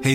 Hey,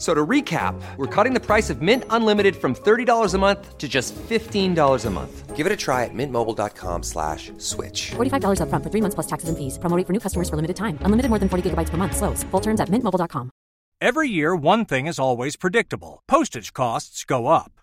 So to recap, we're cutting the price of Mint Unlimited from $30 a month to just $15 a month. Give it a try at mintmobile.com slash switch. $45 upfront for three months plus taxes and fees. Promoting for new customers for limited time. Unlimited more than 40 gigabytes per month. Slows. Full terms at mintmobile.com. Every year, one thing is always predictable postage costs go up.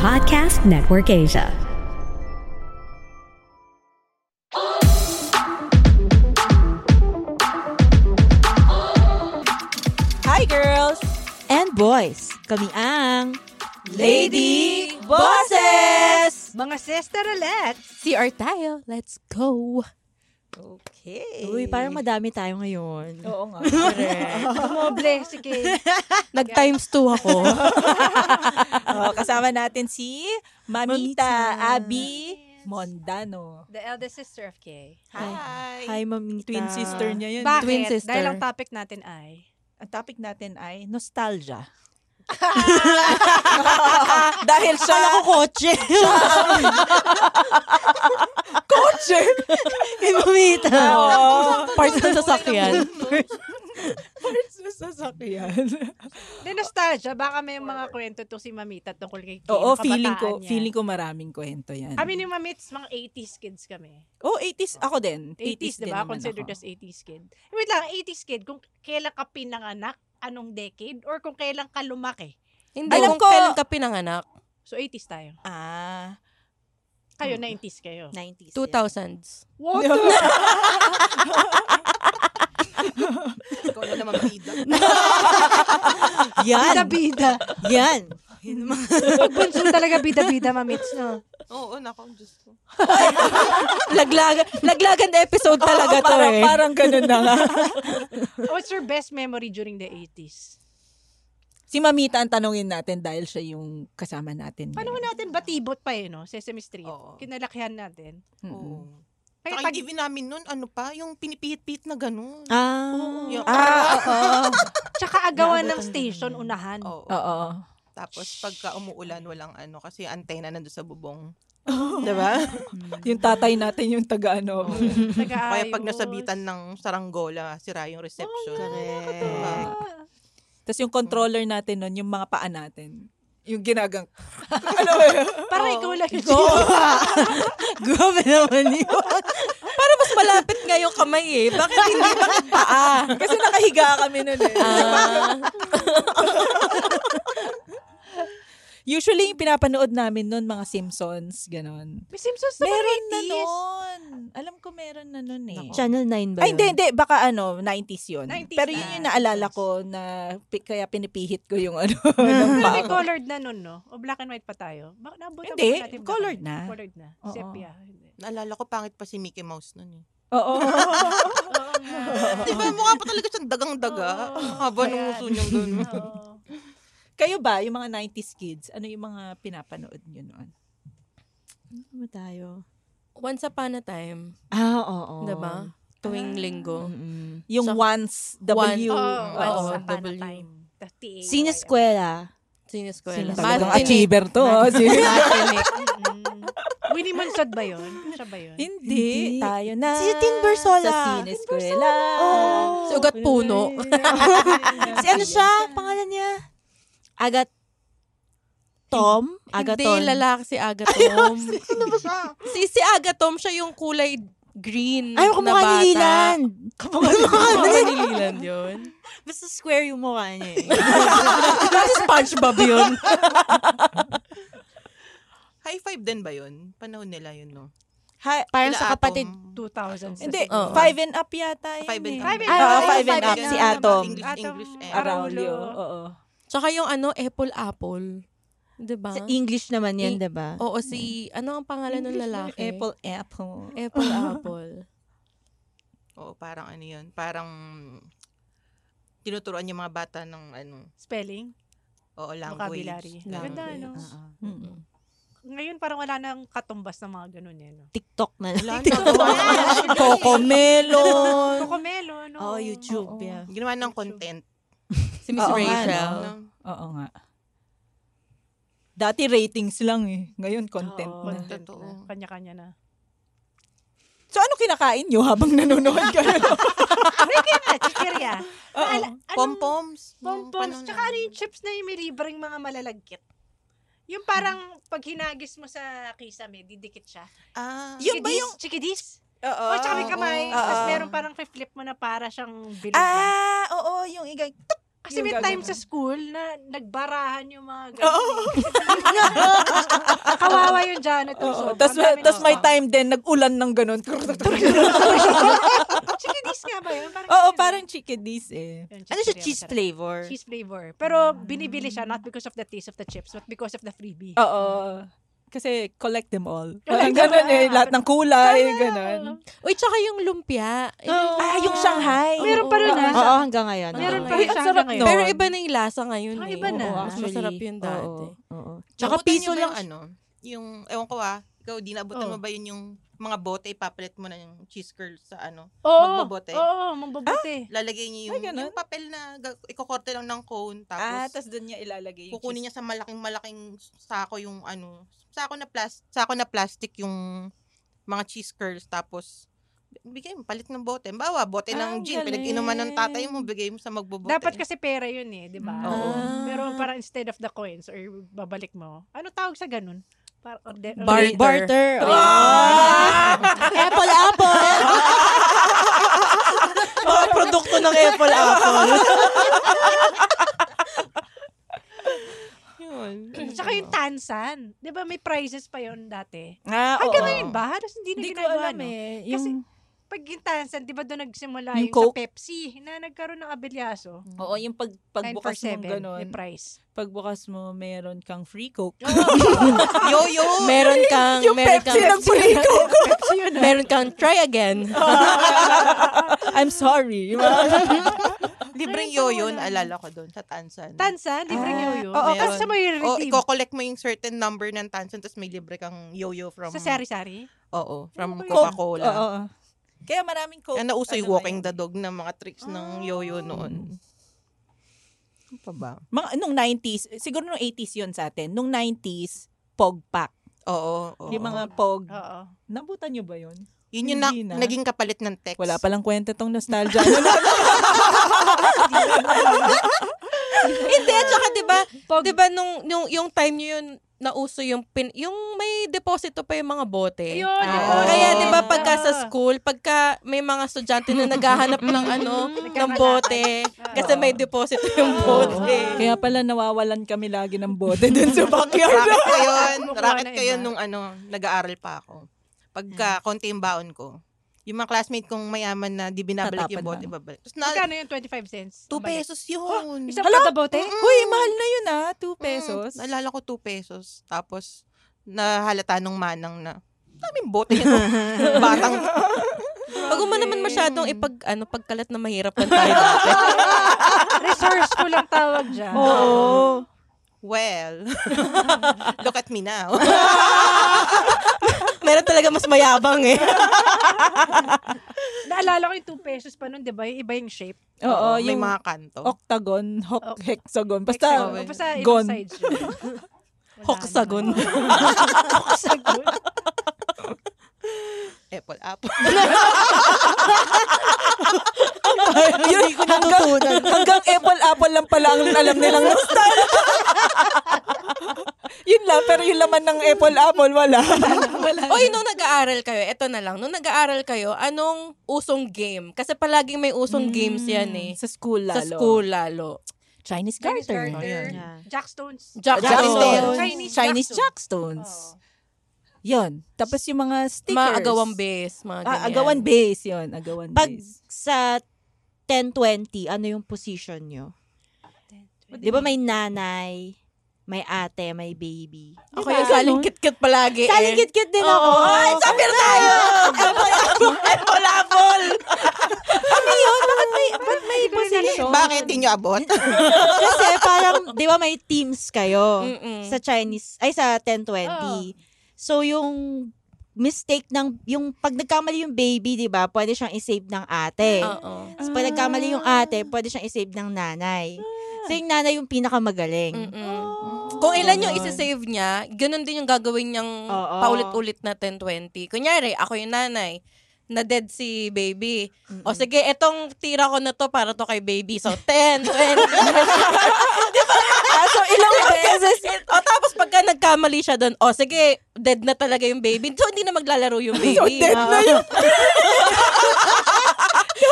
Podcast Network Asia. Hi girls and boys, kami ang Lady Bosses! Mga sister-elect! CR tayo Let's go Okay. Uy parang madami tayo ngayon Oo nga. Correct. Moble, sige. Nag times two ako oh, kasama natin si Mamita, Mamita. Abby Mondano. The eldest sister of Kay. Hi Mamita Twin sister niya yun. Bakit? Twin sister. Dahil ang topic natin ay... Ang topic natin ay nostalgia. Dahil siya Kala ko kotse coacher. Kay Mamita Oo. Parts ng sasakyan Parts na sasakyan. Di nostalgia. Baka may mga kwento to si Mamita tungkol kay Kay. Oo, nung feeling kabataan ko, niya. feeling ko maraming kwento yan. Kami ni Mamits, mga 80s kids kami. Oh, 80s ako din. 80s, din di ba? naman Considered ako. as 80s kid. Eh, Wait lang, 80s kid, kung kailan ka pinanganak, anong decade, or kung kailan ka lumaki. Hindi, Alam kung ko- kailan ka pinanganak. So, 80s tayo. Ah, Kayo, Hmm. 90s kayo. 90s. 2000s. What? Ikaw na naman bida. Yan Bida-bida. Yan Bunso talaga bida-bida, Mamits, no? Oo, nako, Diyos ko. Laglagan Laglagan episode talaga Oo, to parang, eh Parang ganun na nga. Oh, What's your best memory during the 80s? si Mamita ang tanongin natin dahil siya yung kasama natin. Paano ngayon. natin batibot pa eh, no? Sesame Street. Oo. Kinalakihan natin. Mm-mm. Oo. Kaya Saka pag- yung TV namin nun, ano pa, yung pinipihit-pihit na ganun. Ah Yung- Ah, oo. Tsaka agawan ng station, unahan. Oo. Oh. Oo. Tapos pagka umuulan, walang ano, kasi antena nandun sa bubong. Diba? yung tatay natin yung taga ano. Kaya Kaya pag nasabitan ng saranggola, sira yung Oh, reception. Correct. Diba? Tapos yung controller natin nun, yung mga paa natin. Yung ginagang... Alam mo yun? Para ikaw lang yung Oo. Grabe naman yun Para mas malapit Bakit nga yung kamay eh? Bakit hindi? Bakit paa? Kasi nakahiga kami nun eh. Usually, yung pinapanood namin nun, mga Simpsons, ganon. May Simpsons na Meron na nun. Alam ko meron na nun eh. Channel 9 ba yun? Ay, hindi, hindi. Baka ano, 90s yun. 90s Pero yun na. yung naalala ko na pi- kaya pinipihit ko yung ano. Pero may ng paa ko. colored na nun, no? O black and white pa tayo? Ba- nabutan Hindi, ba natin black colored and white? na. Colored na. Oo. Sepia. Hindi. Naalala ko, pangit pa si Mickey Mouse nun eh. Oo. Oo nga. Di ba, mukha pa talaga siyang dagang-daga. Oo. Haba ng muso niyang ganun. Oo. Kayo ba, yung mga 90s kids, ano yung mga pinapanood nyo noon? Ano ba tayo? Once upon a time, Ah, oo. diba? Tuwing Ah. linggo. Mm-mm. Sa- Yung once, W. One- Oo, Oo, once upon a W. time. The TAY. Sine eskwela. Sineskwela. Talagang Matinik. achiever to. oh. Si- Matinik. Mm. Winnie Mansod ba yun? Siya ba yun? Hindi. Hindi. Tayo na. Si Tin Bersola. Sa Sineskwela. Oo. Dugat Oh. puno. si ano siya? Pangalan niya? Agat Tom? Agaton. oh, Hindi, lalaki si Agatom. Sino ba siya? si, si Agatom, siya yung kulay green Ay, na kumukha ni Lilan. bata. Kumukha ni Kumukha ni Lilan. Lilan yun. Basta square yung mukha niya eh. Kasi Spongebob yun. High five din ba yun? Panahon nila yun, no? Hi, Parang sila sa Atom. kapatid. 2000. Hindi, Oo. five and up yata yun. Five and eh. up. Five and Ah, up. five and Five up. and Si up. Atom. English, Atom. English, eh. Araulio. Oo. Tsaka yung ano, Apple Apple. Di ba? Sa English naman yan, I- di ba? Oo, si, ano ang pangalan ng lalaki? Apple, apple. Apple Apple. Oo, parang ano yun. Parang tinuturuan yung mga bata ng ano, Spelling, oo, language. vocabulary. Language. Ganda, no? Mm-mm. Ngayon parang wala nang katumbas ng mga ganun yan. No? TikTok na. Wala Yes! Cocomelon. Cocomelo, no? Oo, YouTube. Oo. Yeah. Ginawa ng content. Si Oh, Miss Oo nga, ano? Rachel. no? Oo nga. Dati ratings lang eh. Ngayon content na. Oo, content Totoo. na. Kanya-kanya na. So ano kinakain nyo habang nanonood kayo? Ricky na, chichirya. Maala- anong- Ano? Pom-poms. no? Panahon Pom-poms. Tsaka na- ano yung chips na yung may libreng mga malalagkit? Yung parang pag hinagis mo sa kisame, didikit siya. Ah, Yun ba yung... Chikidis? Oo. o, tsaka may kamay. oo. Tapos meron parang flip mo na para siyang bilog lang. Ah, oo, yung igay. Kasi yung may time gagawin. sa school na nagbarahan yung mga ganun. Kawawa yung Janet. Oo. Tapos tas may time din, nag-ulan ng ganun. Chikidis nga ba yun? Parang Oo, ganun. parang chickadees eh. Yun, Ano siya, chichirya cheese masarap. flavor? Cheese flavor. Pero binibili siya not because of the taste of the chips but because of the freebie. Oo. Kasi collect them all. Collect Parang them ganun eh. all. Lahat ng kulay, ganun. Uy, tsaka yung lumpia. Ah, yung Shanghai. Meron pa rin, Oo, ah. oo, hanggang ngayon. Meron Oo. pa Uy, rin ang siya sarap hanggang nun. ngayon. Pero iba na yung lasa ngayon. Ah, eh. iba na. Oo, Mas actually. Masarap yun dati. Oo, oo. Tsaka Tsaka piso lang. Ano, yung, ewan ko ah, ikaw din, abutan mo Oo. ba yun yung mga bote, ipapalit mo na yung cheese curls sa ano, Oo, magbobote. Ah, Oo, magbobote. Lalagay niyo yung, Ay, ganun? yung papel na ga- ikokorte lang ng cone, Ah, tapos tapos doon niya ilalagay yung kukunin niya sa malaking-malaking sako yung ano, sako na plastic, sako na plastic yung mga cheese curls, tapos bigay mo, palit ng bote. Bawa, bote ng Ah, gin, galing. pinag-inuman ng tatay mo, bigay mo sa magbobote. Dapat kasi pera yun eh, di ba? Oo. Ah. Pero parang instead of the coins or babalik mo, ano tawag sa ganun? Par- order, Barter. Barter. oo. apple, apple. Mga produkto ng Apple Apple. yun. Tsaka yung tansan. Di ba may prizes pa yun dati? ah, Ay, oo. ganun yun ba? Halos hindi na Hindi ko ginagawa, alam no? eh. Kasi Yung, pag yung tansan, di ba doon nagsimula Yung yung, Coke? sa Pepsi na nagkaroon ng abelyaso? Mm. oo, yung pag, 9 for pagbukas mo 7, ganun. may price. Pagbukas mo, meron kang free coke. Yo-yo! Meron kang, Yung meron kang, Pepsi ng free coke. Pepsi yun, ah. meron kang try again. I'm sorry. Libreng Ay, tama yo-yo, na. naalala ko doon, sa Mm. Tansan. Tansan, libre Ah, yo yoyo. oo, kasi meron. sa mo yung O, redeem. i-collect mo yung certain number ng tansan tapos may libre kang yo-yo from... sa sari-sari. Oo, from Ano ba yun? Coca-Cola. Oo. Kaya maraming coke. Yan nauso yung Ano ba walking yun? Ah. the dog na mga tricks ng yo-yo noon. Ano pa ba? Mga, nung 90s, siguro nung 80s yun sa atin. Nung 90s, pog pack. Oo, oo. Yung mga pog. Oo. Nabutan nyo ba yun? Yun yung na, Hindi na. naging kapalit ng text. Wala palang kwenta tong nostalgia. Ano na? Hindi, at saka diba, diba nung, nung, yung time nyo yun, nauso yung pin, yung may deposito pa yung mga bote. Yun, Ah. yun. Kaya 'di ba Oo. pagka sa school, pagka may mga estudyante na naghahanap ng ano, ng bote kasi may deposit yung bote. Kaya pala nawawalan kami lagi ng bote dun sa backyard. Racket kayo, Kumukuha racket na kayo iba. Hmm. nung ano, nag-aaral pa ako. Pagka konti yung baon ko, yung mga classmate kong mayaman na di binabalik yung Tatapad bote, babalik. Tapos Ah, na, Magkano Oh, yun? 25 cents? 2 Balik. pesos yun. Isang kada bote? Uy, mahal na yun ah. 2 pesos. Mm, Ano, naalala ko 2 pesos. Tapos, nahalata nung manang na, daming bote yun. Batang. Wag mo naman masyadong ipag ano pagkalat na mahirap lang tayo dati. Resourceful ang tawag dyan. Oo. Well, look at me now. Meron talaga mas mayabang eh. Naalala ko yung 2 pesos pa nun, di ba? Yung iba yung shape. Oo, May yung mga kanto. octagon, hoc- Oh. hexagon. Basta, Hexagon. Basta ilang gon. sides yun. Wala Hoksagon. naman. Hoksagon. Apple, apple. yun, natutunan. Hanggang apple-apple lang pala ang alam nilang nostal. yun lang, pero yung laman ng apple-apple, wala. Oy, nung nag-aaral kayo, eto na lang. Nung nag-aaral kayo, anong usong game? Kasi palaging may usong Mm. games yan eh. Sa school Sa lalo. school lalo. Chinese Chinese Carter. Carter. Jackstones. Jackstones. Chinese Chinese, Jackstones. Jackstones. Oh. Yun. Tapos yung mga stickers. Mga agawan base, mga Ah, ganyan. agawan base yun. Agawan Pag base. sa 10-20, ano yung position nyo? Di ba may nanay, may ate, may baby? Ako yung saling kit-kit palagi eh. Saling kit-kit din ako. Ay, sabir tayo! Apple, apple! Ano yun? Bakit may, bakit may position? Bakit hindi nyo abot? Kasi parang, di ba may teams kayo Mm-mm. sa Chinese, ay sa 1020. So yung mistake ng, yung pag nagkamali yung baby, di ba, pwede siyang isave ng ate. Oo. So pag nagkamali yung ate, pwede siyang isave ng nanay. So yung nanay yung pinakamagaling. Kung ilan yung isa-save niya, ganun din yung gagawin niyang paulit-ulit na 10-20. Kunyari, ako yung nanay, na dead si baby. O sige, etong tira ko na to para to kay baby. So, 10, 20. Di ba? Ah, so, ilang beses. O tapos pagka nagkamali siya doon, o sige, dead na talaga yung baby. So, hindi na maglalaro yung baby. So, dead na yun.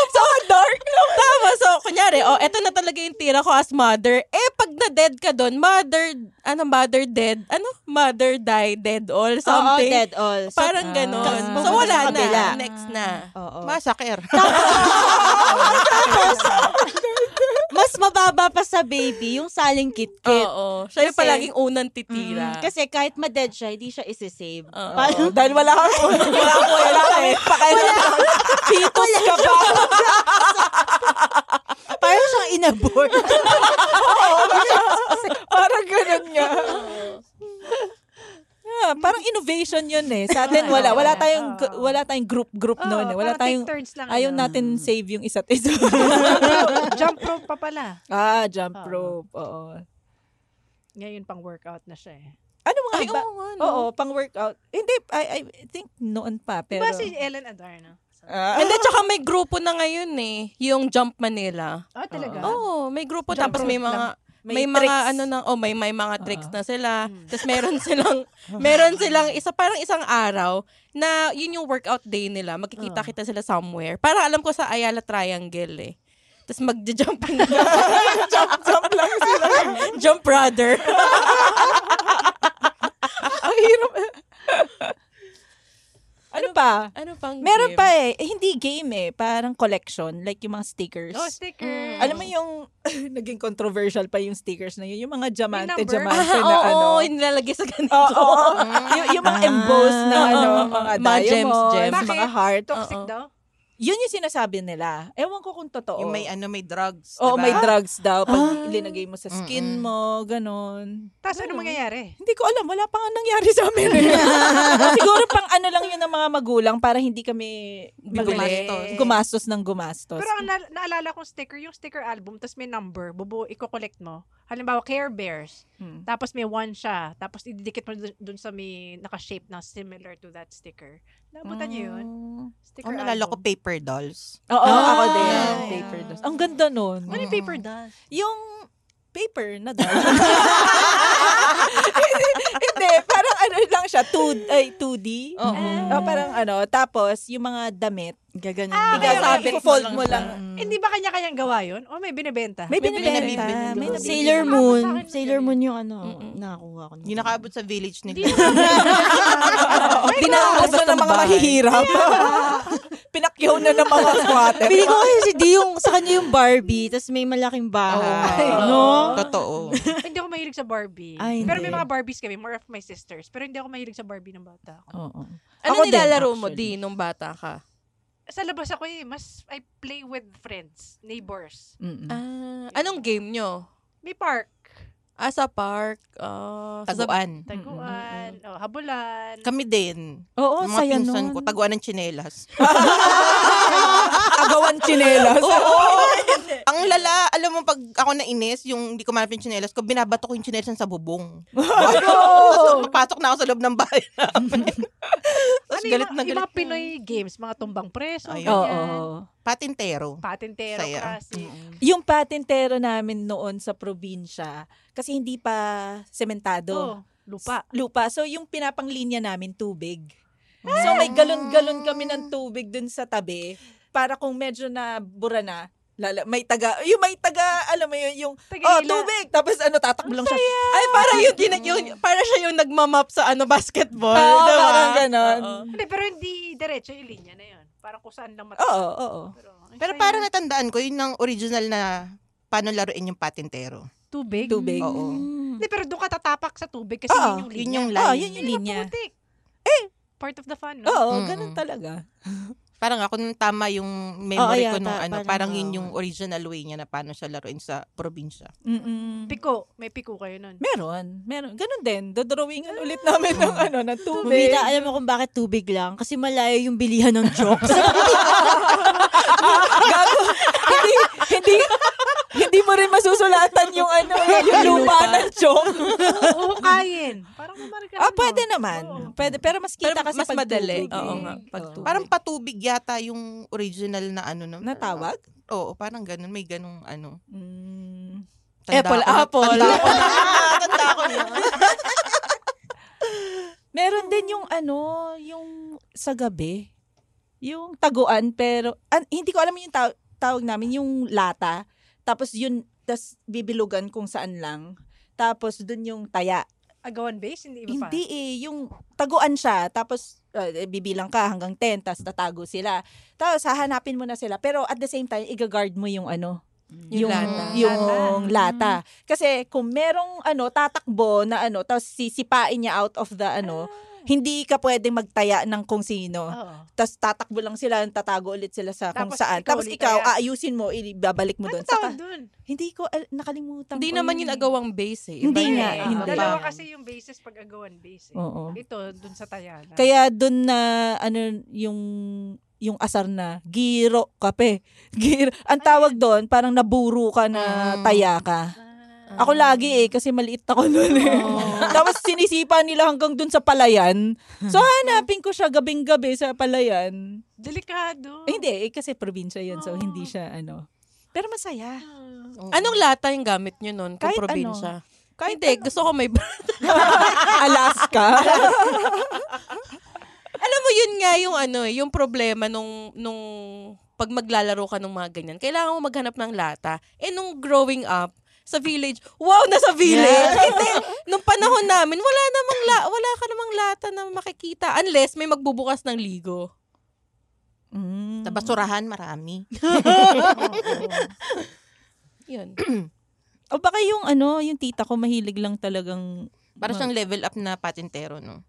so dark. Tama. So, kunyari, oh, eto na talaga yung tira ko as mother. Eh, pag na-dead ka doon, mother, ano, mother dead, ano, mother die, dead all, ah, something. dead all. So, Parang ganon. Tapos so, pupunta wala sa kabila. na. Next na. Oo. Massacre. Mas mababa pa sa baby yung saling kit-kit. Oo. Siya yung Kasi- palaging unang titira. Mm, kasi kahit ma-dead siya, hindi siya isi-save. Oo. Dahil wala kang Ano? wala ko wala ka eh. Pakiramdam. Pitos ka pa. Parang siyang inabort. Oo. Parang ganun nga. Yeah, parang innovation yun eh. Sa atin wala wala tayong wala tayong group group Oo, noon eh. Wala tayong parang take turns lang, ayaw ano. natin save yung isa't isa. Jump rope pa pala. ah, jump rope. Oo. Ngayon pang workout na siya eh. Ano mga Ay, iba? oo nga, no? Oo, pang workout. Hindi I I think noon pa pero Diba si Ellen Adarna? Ah. And then, tsaka may grupo na ngayon eh. Yung Jump Manila. Ah, talaga? Oo, oh, may grupo. Jump tapos may rope mga... lang. May, May mga tricks. ano na, oh may may mga tricks na sila. Hmm. Tapos meron silang meron silang isa parang isang araw na yun yung workout day nila. Magkikita kita sila somewhere. Para alam ko sa Ayala Triangle eh. Tapos magja-jump na. jump, jump lang sila. jump brother. Ang hirap. ano pa? Ano pang Meron game? pa eh. Eh, Hindi game eh. Parang collection. Like yung mga stickers. Oh, stickers. Alam mo yung naging controversial pa yung stickers na yun. Yung mga diamante, number. diamante Ah, na oo, ano. yung nilalagay sa ganito. Ah, Oo. oo. yung, yung mga embossed na Oo, ano, oo, oo. mga Mga diamonds, gems, gems. mga Bakit? heart. Toxic Oo. daw? Yun yung sinasabi nila. Ewan ko kung totoo. Yung may ano, may drugs. Oo, diba? may drugs daw. Pag linagay mo sa skin mo, ganon. Tapos ano mangyayari? Hindi ko alam. Wala pang nangyari sa amin. eh. Siguro pang ano lang yun ng mga magulang para hindi kami Bumili. gumastos. gumastos ng gumastos. Pero ang na- naalala kong sticker, yung sticker album, tapos may number, bubuo, i-collect mo. Halimbawa, Care Bears. Tapos may one siya. Tapos ididikit mo dun, dun sa may naka-shape na similar to that sticker. Nabutan niyo yun? Sticker Ang nalala ko, album. paper dolls. Oo, ako Ah. din. Paper dust. Ang ganda nun. Ano yung paper does? Yung paper na dust. Hindi, parang ano lang siya, 2, ay, 2D. Oo. parang ano, tapos yung mga damit. Gaganyan. Ah, Ikasabit mo fold lang mo lang. Hindi Eh, ba kanya-kanyang gawa yun? O may binibenta? May binibenta. May nabibili. Sailor Moon. Sailor Moon yung ano, nakakuha ko. Hindi nakaabot sa village nila. Dinaabas na ng mga mahihirap. Pinakyaw na ng mga squatter. Pili ko kasi di yung sa kanya yung Barbie, tapos may malaking bahay. Oo. no? Totoo. hindi ako mahilig sa Barbie. Ay, Pero may hindi. mga Barbies kami, more of my sisters. Pero hindi ako mahilig sa Barbie ng bata Oh. ako. Ano Ako din, nilalaro mo actually. di nung bata ka? Sa labas ako eh, mas I play with friends, neighbors. Ah, anong game nyo? May park. Ah, sa park. ah, sa- Taguan. Taguan, oh, habulan. Kami din. Oo, Yung mga Oh, saya pinsan nun. ko, taguan ng tsinelas. Agawan chinelas. Oo. ang lala, alam mo, pag ako na inis, yung hindi ko manap yung tsinelas ko, binabato ko yung tsinelas sa bubong. Tapos papasok na ako sa loob ng bahay. Ano yung galit mga- na yung galit mga Pinoy games, mga tumbang preso, Ayun. ganyan. Oo. Patintero. Patintero Saya. kasi. Yung patentero namin noon sa probinsya, kasi hindi pa sementado. Oh, lupa. S- Lupa. So, yung pinapanglinya namin, tubig. So, Ah! may galon-galon kami ng tubig dun sa tabi para kung medyo na bura na, lala, may taga, yung may taga, alam mo yun, yung, oh, tubig! Tapos ano, tatakbo lang siya. Ay, para yung, gina- yun, para siya yung nagmamap sa ano basketball. Oo, diba? parang ganon. Oo. Hindi, pero hindi diretso yung linya na yun. Parang kung saan lang mata. Oo, oo. Pero parang natandaan ko, yun ang original na paano laruin yung patintero. Tubig? Tubig. Oo. Hindi, pero doon ka tatapak sa tubig kasi Oo, yun yun yung linya. yung Oo, Ah, line. yun yung linya. Putik. Part of the fun, no? Mm. Oo, ganun talaga. Parang ako nung tama yung memory ko Oo, nung yata, ano, parang parang yun oo. yung original way niya na paano siya laruin sa probinsya. Mm-mm. Piko. May piko kayo nun. Meron, meron. Ganun din. Dodrawingan ulit namin ng ano, ng tubig. Bumita, alam mo kung bakit tubig lang? Kasi malayo yung bilihan ng jokes. Gago. hindi, hindi, hindi mo rin masusulatan yung ano, yung lupa ng joke. Oo, kain. Parang mamarga. Ah, pwede naman. Pwede, pero mas kita Pero kasi mas pag madali. tubig, Oo eh. nga, pag Oo. tubig. Parang patubig yata yung original na ano. No? Natawag? Oo, parang ganun. May ganung ano. Mm. Apple, ko na- apple. Tanda ko na. tanda ko na. Meron din yung ano, yung sa gabi. Yung taguan, pero an, hindi ko alam yung taw- tawag namin, yung lata. Tapos yun, tas bibilugan kung saan lang. Tapos dun yung taya. Agawan base? Hindi iba pa? Hindi eh, yung taguan siya, tapos uh, bibilang ka hanggang 10, tapos tatago sila. Tapos hahanapin mo na sila, pero at the same time, i-guard mo yung ano, Mm. Yung lata. Yung lata. Mm-hmm. Kasi kung merong ano, tatakbo na ano, tapos sisipain niya out of the Ah. ano, hindi ka pwedeng magtaya ng kung sino. Oo. Tapos tatakbo lang sila, tatago ulit sila sa kung Tapos saan. ikaw tapos ulit ikaw, taya. aayusin mo, ibabalik mo Ano doon. Saka, tawag dun? hindi ko, al- nakalimutan Hindi ko naman yun yun eh. agawang base eh. Iba Hindi yun nga, eh. hindi. Dalawa Iba. kasi yung bases pag agawan base. Eh. Oo. Ito, dun sa taya lang. Kaya doon na ano yung yung asar na giro kape. Giro. Ang tawag doon parang naburo ka na taya ka. Ako lagi eh kasi maliit ako noon eh. Tapos sinisipa nila hanggang doon sa palayan. So hanapin ko siya gabing-gabi sa palayan. Delikado. Eh, hindi eh kasi probinsya 'yun so hindi siya ano. Pero masaya. Anong lata yung gamit nyo nun? Kung Kahit ano. probinsya? Kahit ano. hindi, gusto ko may... Alaska. Alam mo, yun nga yung ano eh, yung problema nung, nung pag maglalaro ka ng mga ganyan. Kailangan mo maghanap ng lata. Eh, nung growing up, sa village, wow, nasa village! Hindi, nung panahon namin, wala namang la, wala ka namang lata na makikita unless may magbubukas ng ligo. Mm. Sa basurahan, marami. Yun. O baka yung ano, yung tita ko mahilig lang talagang Para mag- siyang level up na patintero, no?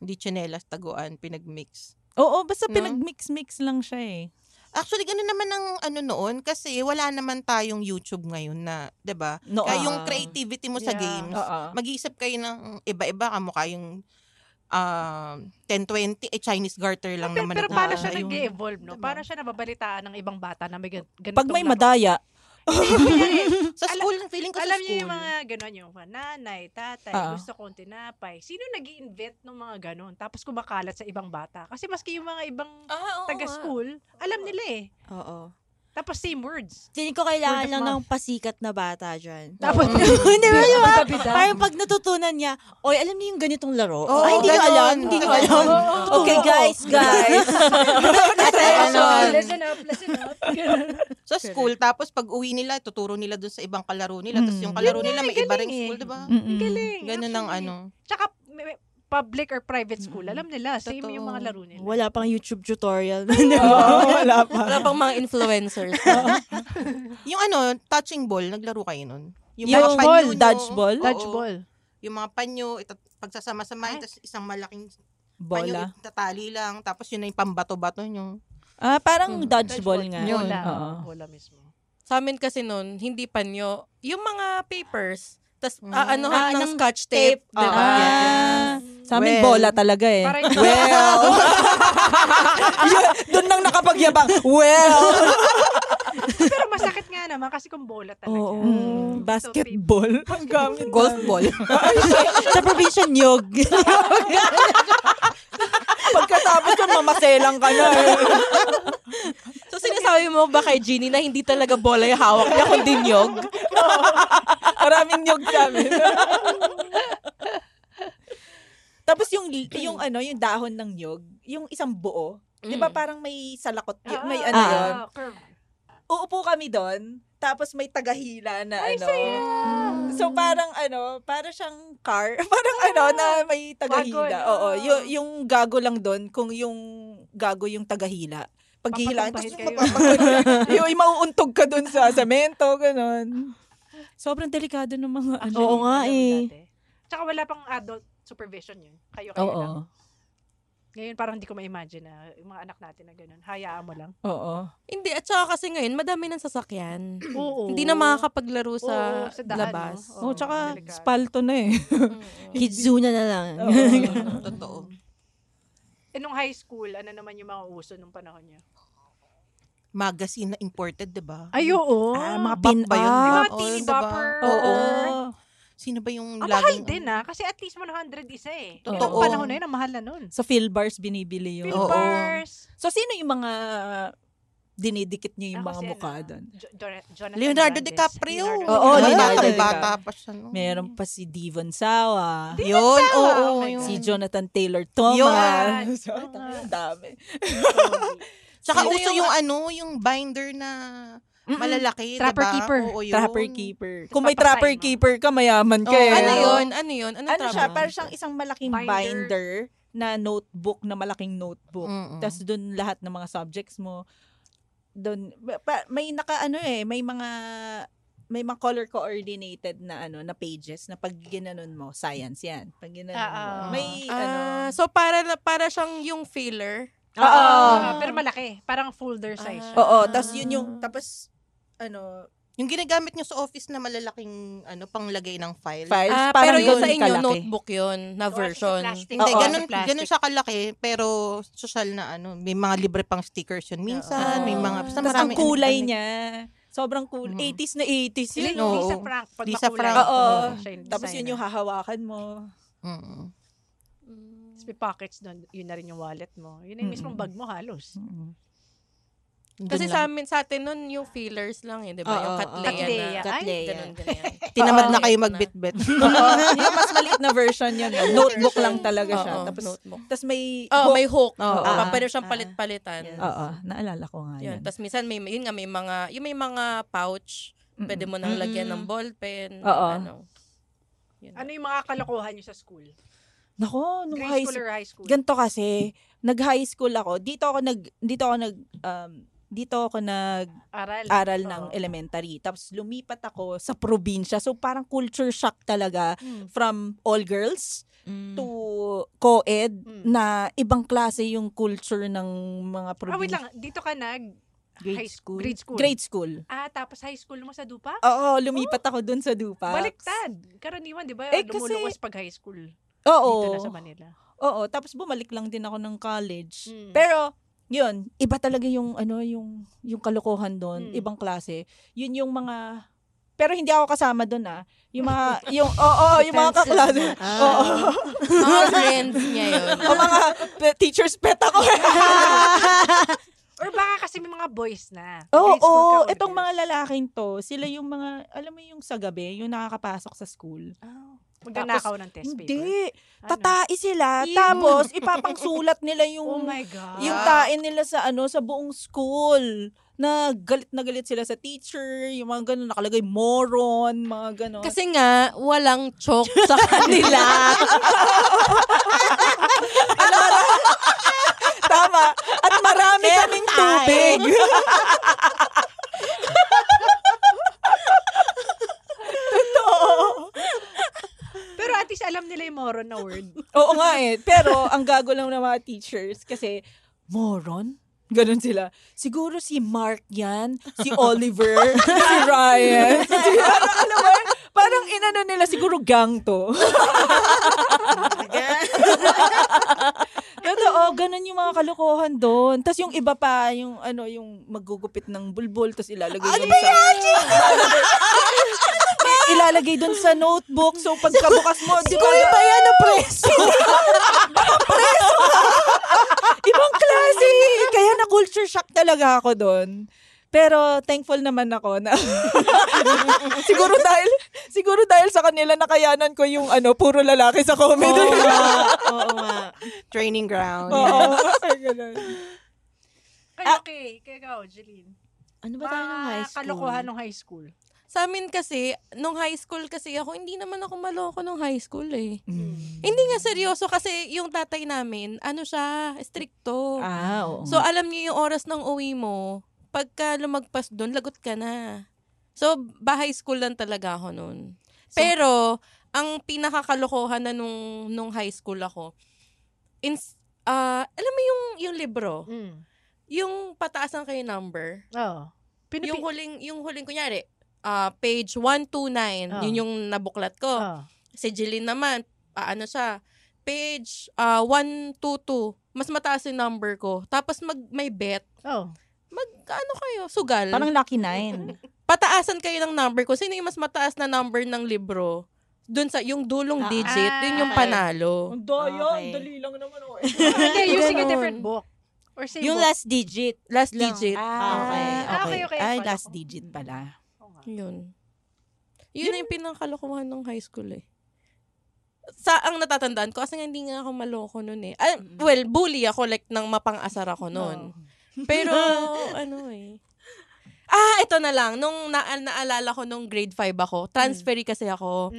Hindi tsinelas, taguan, pinagmix. Oo, basta No? pinag-mix-mix lang siya eh. Actually, ganun naman ang ano noon kasi wala naman tayong YouTube ngayon na, 'di ba? No, Kaya ah. yung creativity mo sa Yeah. games, Oo. mag-iisip kayo ng iba-iba kamukha yung ah, 10-20, eh, Chinese garter lang Pero, naman. pero ang paano nasa siya yung- nag-evolve, no? Paano siya nababalitaan ng ibang bata na may gan- ganitong Pag may laro? madaya, Sa school, feeling ko sa Alam school. niyo yung mga ganon yung nanay, tatay, Oo. gusto kong tinapay. Sino nag invent ng mga ganon? Tapos kumakalat sa ibang bata. Kasi maski yung mga ibang Ah, oo taga-school, alam nila eh. Oo. Tapos same words. Feeling ko kailangan Word of lang ng mouth. pasikat na bata dyan. Tapos, Hindi ba diba? Bida-bida. Parang pag natutunan niya, oy, alam niyo yung ganitong laro? Oo, Ah, Ay, hindi ko ganon. alam, hindi ko Ganon. alam. Okay, guys, guys. ano, Listen up, listen up. Sa school, tapos pag uwi nila, tuturo nila dun sa ibang kalaro nila. Tapos Mm. yung kalaro Yun nila, nga, may iba galing ring eh. school, di ba? Mm-mm. Galing. Ganun ang actually. ano. Tsaka may- may public or private school, alam nila. Same yung mga laro nila. Wala pang YouTube tutorial. Oo, wala pa. Wala pang mga influencers. Yung ano, touching ball, naglaro kayo nun. mga Yung panyo ball, nyo. dodgeball? Oo. Dodgeball. Yung mga panyo, ito, pagsasama-sama, tapos isang malaking panyo, Bola. tatali lang. Tapos yun na yung pambato-bato nyo. Ah, Hmm. parang dodgeball nga. Bola. Oo. Bola mismo. Sa amin kasi noon, hindi panyo. Yung mga papers, tas Mm. ah, ano Ah, ng ng scotch tape. tape. diba? Ah. Ah, sa amin Well. bola talaga eh. Parang- well. yeah, doon nang nakapagyabang. Well. Pero masakit nga nga naman, kasi kung bola talaga. Oo. Mm. Basketball. Ang gamit. Golf ball. Sa probinsya niyog. Pagkatapos yun, mamaselang ka na. eh. So sinasabi mo ba kay Ginny na hindi talaga bola yung hawak niya, kundi niyog? Maraming niyog sa amin. Tapos yung yung ano, yung dahon ng niyog, yung isang buo, 'di ba parang may salakot, y- may ano Mm. Ah, yun. curve. Uupo kami doon, tapos may tagahila na Ay, ano. saya! So parang ano, para siyang car, parang ano na may tagahila. Wagon, Oo, oo. yu- yung gago lang doon kung yung gago yung tagahila. Paghihilaan, tapos Papatumbahin kayo. mapapagun- yung yung mauuntog ka doon sa semento, ganun. Sobrang delikado ng mga ano. Oo nga eh. Tsaka wala pang adult supervision yun. Kayo-kayo Oo. lang. Ngayon parang hindi ko ma-imagine na yung mga anak natin na ganun. Hayaan mo lang. Oo. Hindi, at saka kasi ngayon, madami ng sasakyan. Oo. Hindi na makakapaglaro sa, Oo, sa daan, labas. no? Oo, oh, tsaka delikado. spalto na eh. Kitsuna na lang. Totoo. Eh, nung high school, ano naman yung mga uso nung panahon niya? Magazine na imported, di ba? Ay, oo. Ah, mga Pin pin ba yun? up. Mga All, teeny diba? bopper. Oo. Oo. Sino ba yung Ang mahal laging... din ah. Kasi at least 100 isa eh. Totoo. Yung mga panahon na yun, ang mahal na nun. Sa Philbars binibili yun. Oo. Bill Bars. So, sino yung mga dinidikit niyo yung Ako mga si mukha ano, doon? Jo- Jor- Jonathan Leonardo Brandes. DiCaprio. Leonardo Oo, Ay, Leonardo bata- DiCaprio. Bata pa siya. No? Meron pa si Devon Sawa. Yun, oo. Sawa. oo, Okay. yun. Si Jonathan Taylor Yun. Thomas. Oo nga. Ang dami. Tsaka Sino uso yung- yung, ano, yung binder na malalaki, di ba? Trapper keeper. Oo, yun. Trapper keeper. Kung may papatay trapper mo. keeper ka, mayaman ka. eh. Ano yun? Ano yun? Ano, Ano siya? trabaho? Parang siyang isang malaking binder, Binder. na notebook, na malaking notebook. Mm-mm. Tapos doon lahat ng mga subjects mo. Doon, ba- pa- may naka ano eh, may mga may mga color coordinated na ano na pages na pag ginanon mo science yan pag ginanon Ah, mo ah. may Ah, ano so para na- para siyang yung filler. Ah, pero malaki. Parang folder size. siya. oo tapos yun yung tapos ano Yung ginagamit nyo sa office na malalaking ano, panglagay ng file. files Ah, parang pero yung ganun sa inyo kalaki. notebook yun na Oo, version. kasi plastic. Hindi, Oo. ganun, Plastic. ganun siya kalaki, pero social na ano, may mga libre pang stickers yun. Minsan, Oo. may Ah. mga, basta Tapos ang maraming kulay ano- niya, sobrang cool. Mhm. 80s na 80s Yun yun. yung Oo. Lisa Frank. Pag Lisa makulay. Frank. Oo. Siya yung Tapos yun designer. yung hahawakan mo. Mm-mm. Tapos may pockets doon. Yun na rin yung wallet mo. Yun na yung mismong bag mo halos. Dun lang. Kasi sa amin sa atin nun yung fillers lang eh, 'di ba? Yung Oo, katleya katleya. na. Ay. Ganun, ganyan. tinamad na Oo. kayo Ito na. magbitbit. Oo, yung mas maliit na version yun. no? Notebook lang talaga siya. Oo, Tapos, notebook. tapos may... Oh, may hook. Oo. Diba? Ah, Pero siyang ah. palit-palitan. Oo, naalala ko nga Yun. yun. Tapos minsan may yun nga may mga yung may mga pouch, pwede mo nang lagyan ng ballpen, Oo. ano. Yun. Ano yung mga kalokohan nyo sa school? Nako, nung Ano, high Grade school school. or high school? Ganto kasi, nag-high school ako. Dito ako nag... Dito ako nag... um, dito ako nag-aral Aral. ng Oo. elementary. Tapos lumipat ako sa probinsya. So parang culture shock talaga Hmm. from all girls to co-ed Mm. na ibang klase yung culture ng mga Ah, probinsya. wait lang. Dito ka nag Grade high school. Grade school. Grade Ah. school. Ah, tapos high school mo sa Dupa? Oo, lumipat ako dun sa Dupa. Oh, Baliktad. Karaniwan, di ba? Eh, kasi- Lumuluwas pag high school. Dito Oo. na sa Manila. Oo, tapos bumalik lang din ako ng college. Mm. Pero yun, iba talaga yung ano yung yung kalokohan doon, Mm. ibang klase. Yun yung mga pero hindi ako kasama doon ah. Yung mga yung oo, yung mga Defensive. kaklase. Ah. Oo. Mga friends niya yun. o mga pe- teacher's pet ako. Or baka kasi may mga boys na. Oo, Grade school ka or itong girls? mga lalaking to, sila yung mga alam mo yung sa gabi, yung nakakapasok sa school. Oh, Magnanakaw ng test paper. Hindi. Ano? Tatai sila, Ew. tapos ipapangsulat nila Oh yung my God. yung tain nila sa ano sa buong school na galit na galit sila sa teacher, yung mga ganun nakalagay moron, mga ganun. Kasi nga, walang choke sa kanila. tama at marami kaming tubig. Totoo. Pero at least alam nila yung moron na word. Oo nga eh. Pero ang gago lang ng mga teachers kasi moron. Ganon sila. Siguro si Mark yan, si Oliver, si Ryan. Si, parang, alam mo, eh, parang inano nila, siguro gang to. Totoo, Oo, ganun yung mga kalokohan doon. Tapos yung iba pa, yung ano, yung magugupit ng bulbul, tapos ilalagay Ano dun ba sa... ilalagay, ilalagay dun sa notebook. So pagkabukas mo, di ba? School ba yan na preso? preso! Ibang klase! Kaya na culture shock talaga ako doon. Pero thankful naman ako na siguro dahil siguro dahil sa kanila nakayanan ko yung ano puro lalaki sa comedy. Oo nga. Training ground. Oo. Kaya okay, kaya ikaw, Jeline. Ano ba tayo ng high school? Kalokohan ng high school. Sa amin kasi, nung high school kasi ako, hindi naman ako maloko nung high school eh. Mm. Hindi nga seryoso kasi yung tatay namin, ano siya, stricto. Ah, oo. So alam niyo yung oras ng uwi mo, pagka lumagpas doon, lagot ka na. So bahay school lang talaga ako noon. Pero ang pinakakalokohan na nung nung high school ako, ins- ah, alam mo yung yung libro. Yung pataasan kayo number. Oo. yung huling yung huling kunyari, ah, page 129, Oo. yun yung nabuklat ko. Ah. Si Jeline naman, ah, ano siya, page ah, 122, mas mataas yung number ko. Tapos mag may bet. Oh. Mag ano kayo, sugal. Parang lucky nine. pataasan kayo ng number ko. Sino yung mas mataas na number ng libro? Doon sa yung Ah, dulong digit, yun yung okay. panalo. Ang doyo, Okay. ang dali lang naman. Oh. Hindi, using a Ganun. different book. Or same Yung book. last digit. Last lang. digit. Ah, okay. Ah, okay, Okay. okay. Ay, Pala last ko. digit pala. Yun. Yun, na yung pinakalokohan ng high school eh. Sa ang natatandaan ko, kasi nga hindi nga ako maloko noon eh. Ah, well, bully ako, like, nang mapang-asar ako noon. Pero, ano eh. Ah, ito na lang. Nung na- naalala ko nung grade 5 ako, transferi kasi ako.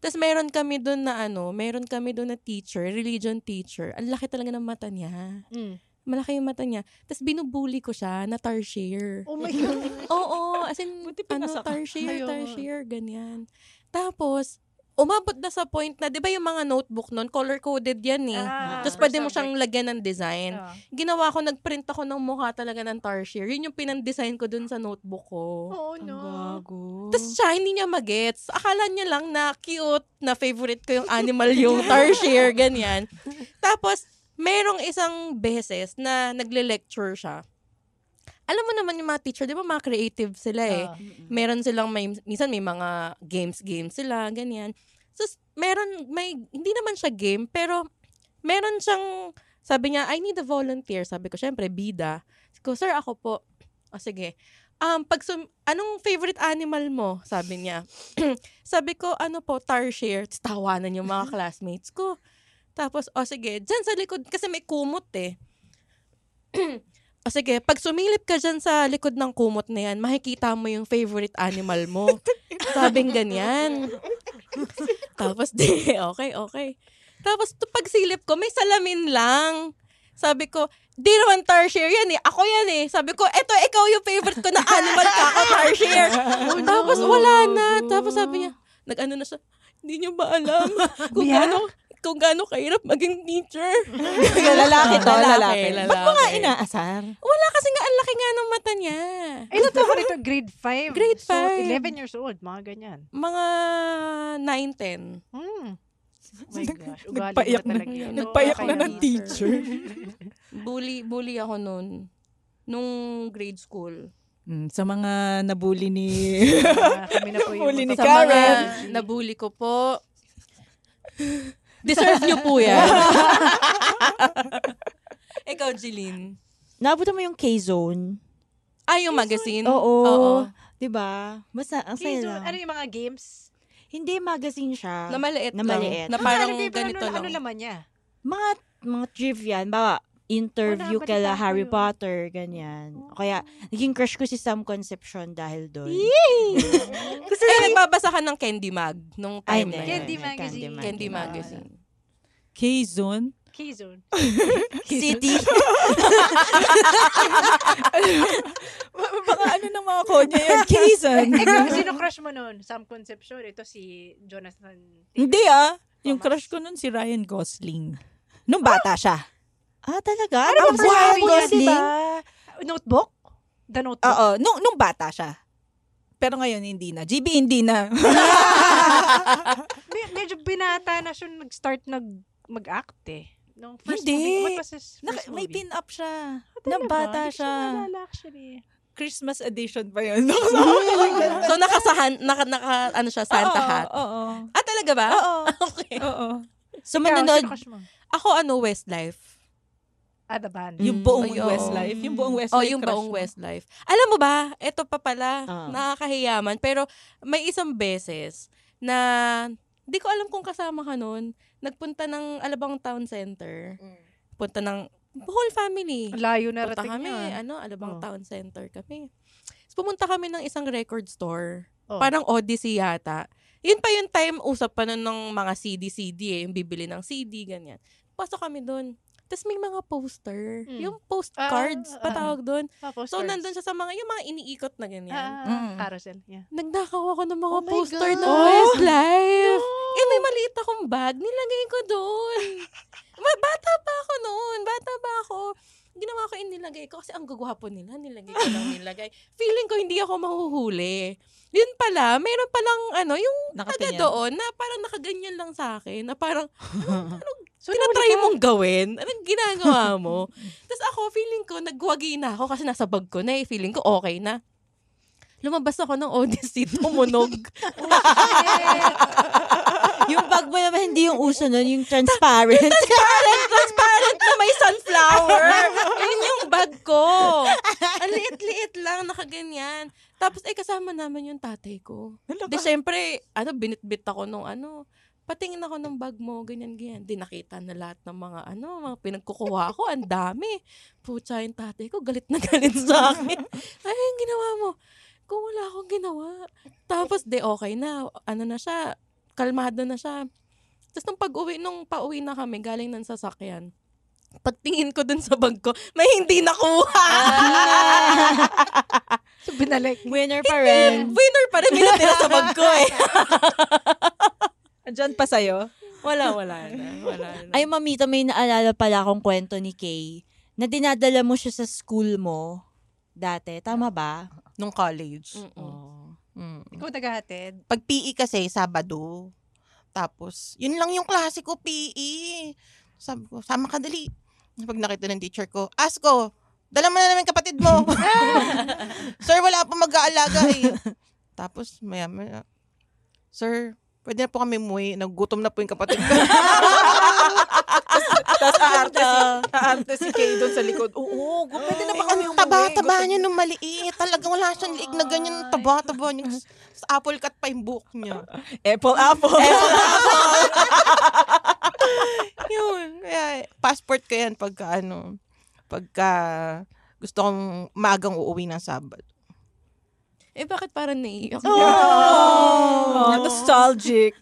Tapos meron kami doon na ano, meron kami doon na teacher, religion teacher. Ang laki talaga ng mata niya. Malaki yung mata niya. Tapos binubuli ko siya na tarsier. Oh my God. Oo, as in, ano, pinasa ka. tarsier, Ayaw. tarsier, ganyan. Tapos, umabot na sa point na, di ba yung mga notebook nun, color-coded yan eh. Ah. Tapos Per pwede mo subject. siyang lagyan ng design. Ah. Ginawa ko, nagprint ako ng mukha talaga ng tarsier. Yun yung pinang-design ko dun sa notebook ko. Oh, no. Tapos siya, hindi niya magets. Akala niya lang na cute, na favorite ko yung animal yung tarsier, ganyan. Tapos, merong isang beses na nagle-lecture siya. Alam mo naman yung mga teacher, di ba mga creative sila eh. Meron silang, may, minsan may mga games-games sila, ganyan. So, s- meron, may, hindi naman siya game, pero meron siyang, sabi niya, I need a volunteer. Sabi ko, syempre, bida. Sabi ko, sir, ako po. O sige. Um, pag sum- anong favorite animal mo? Sabi niya. sabi ko, ano po, tarsier. Tapos Tawanan yung mga classmates ko. Tapos, o sige, dyan sa likod, kasi may kumot eh. o sige, pag sumilip ka dyan sa likod ng kumot na yan, makikita mo yung favorite animal mo. Sabing ganyan. Tapos, di, okay, okay. Tapos, to, pagsilip ko, may salamin lang. Sabi ko, di naman tarsier yan eh. Ako yan eh. Sabi ko, eto, ikaw yung favorite ko na animal ka ako, tarsier. Oh, Tapos, wala na. Tapos, sabi niya, nag-ano na siya, hindi niyo ba alam kung gaano kung gaano kahirap maging teacher. Ah, Lalaki to, lalaki. Ba't mo nga Lalaki. inaasar? Wala kasi nga, ang laki nga ng mata niya. Ilan taon ka nito? Grade 5? Grade So, five. 11 years old, mga ganyan. Mga 9-10. Hmm. Oh my gosh, ugali Nagpaiyak na na, talaga yun. nagpaiyak na Kaya ng teacher. bully, bully ako noon. Nung grade school. Hmm, Mm, sa mga nabuli ni... Ah, kami na po yung Nabully ni Sa mga- Karen. nabully ko po. Deserve niyo po yan. Ikaw, Jeline. Naabutan mo yung K-Zone? Ah, yung magazine? Oh. Oo. Oo. Di ba? Basta, ang saya Please, lang. ano yung mga games? Hindi, magazine siya. Na maliit Na lang. maliit. Na parang Nakalagay ba na ganito nun- lang. Ano laman niya? mga, mga trivia. Bawa, interview Wala, kala balita ko Harry yun. Potter, ganyan. O Kaya, naging crush ko si Sam Concepcion dahil doon. Kasi Ay, nagbabasa ka ng Candy Mag nung Ay, time na yun. Candy Candy mag- magazine. Candy Candy Magazine. K-Zone? Keyzone. City. mga ano ng mga konya yan. K-Zone. Eh, ikaw, sino crush mo nun? Sam Concepcion. Ito si Jonathan. Hmm. Taylor. Hindi ah. Yung crush ko nun si Ryan Gosling. Nung bata siya. ah, talaga? Ano ba Ang first Ryan movie niya, Gosling? diba? Notebook? The Notebook? Oo. Nung, nung bata siya. Pero ngayon hindi na. GB hindi na. Me- medyo binata na siya nag-start nag mag-act eh. No, first Hindi. movie. What was his first Naka- movie? may pin-up siya. Ah, Nang talaga? bata Hindi ko siya. naalala actually. Christmas edition pa yun. so nakasahan, naka, naka, ano siya, Santa hat. Oo. Ah, talaga ba? Oo. okay. Oo. So Ikaw, manonood, sino crush mo? ako ano, Westlife. Ah, the band. Hmm. Yung buong Ayun. Westlife. Yung buong Oh, Westlife yung crush buong mo. Westlife. Alam mo ba, ito pa pala, Ah. nakakahiyaman. Pero may isang beses na, di ko alam kung kasama ka nun, nagpunta ng Alabang Town Center. Mm. Punta ng whole family. Layo na Punta rating kami, niya. ano, Alabang Oh. Town Center kami. Tapos pumunta kami ng isang record store. Oh. Parang Odyssey yata. Yun pa yung time, usap pa nun ng mga CD-CD eh, yung bibili ng CD, ganyan. Pasok kami dun. Tapos may mga poster. Mm. Yung postcards, Ah, ah, patawag dun. Ah, postcards. So, nandun siya sa mga, yung mga iniikot na ganyan. Ah, Mm. Carousel. Yeah. Nagdakaw ako ng mga my poster God. ng Oh, Westlife. Eh, may maliit akong bag. Nilagay ko doon. Ma- Bata pa ako noon. Bata pa ako. Ginawa ko yung nilagay ko kasi ang gagwapo nila. Nilagay ko lang nilagay. Feeling ko hindi ako mahuhuli. Yun pala, meron palang ano, yung taga Nakatingin. doon na parang nakaganyan lang sa akin. Na parang, "Ano, So, tinatry mong gawin? Anong ginagawa mo? Tapos ako, feeling ko, nagwagi na ako kasi nasa bag ko na eh. Feeling ko, okay na. Lumabas ako ng Odyssey, tumunog. yung bag mo naman, hindi yung uso nun, yung transparent. transparent, transparent na may sunflower. Yun yung bag ko. Ang liit-liit lang, nakaganyan. Tapos, eh, kasama naman yung tatay ko. Di, syempre, ano, binitbit ako nung ano, patingin ako ng bag mo, ganyan, ganyan. Di nakita na lahat ng mga, ano, mga pinagkukuha ko, ang dami. Pucha yung tatay ko, galit na galit sa akin. Ay, yung ginawa mo? Kung wala akong ginawa. Tapos, di, okay na. Ano na siya, kalmado na siya. Tapos nung pag-uwi, nung pauwi na kami, galing ng sasakyan, pagtingin ko dun sa bag ko, may hindi nakuha. So, binalik. Winner pa Eh, rin. winner pa rin, binatira sa bag ko eh. Andyan pa sa'yo. Wala, wala na. Wala na. Ay, mamita, may naalala pala akong kwento ni Kay na dinadala mo siya sa school mo dati. Tama ba? Nung college. Oo. Mm. Ikaw naghahatid. Pag PE kasi, Sabado. Tapos, yun lang yung klase ko, PE. Sabi ko, sama ka dali. Pag nakita ng teacher ko, Asko, dala mo na namin kapatid mo. Sir, wala pa mag-aalaga eh. Tapos, maya, maya, Sir, pwede na po kami umuwi. Nagutom na po yung kapatid ko. Tapos aarte si, ah. aarte si Kay doon sa likod. Oo, gu- pwede na ba kami umuwi? Taba-taba niya nung maliit. Talaga wala siyang liig na ganyan. Taba-taba niya. Sa apple cut pa yung buhok niya. Apple, apple. Yun. Kaya, passport ko yan pagka ano, pagka gusto kong maagang uuwi ng Sabado. Eh, bakit parang naiiyak? Oh, nostalgic.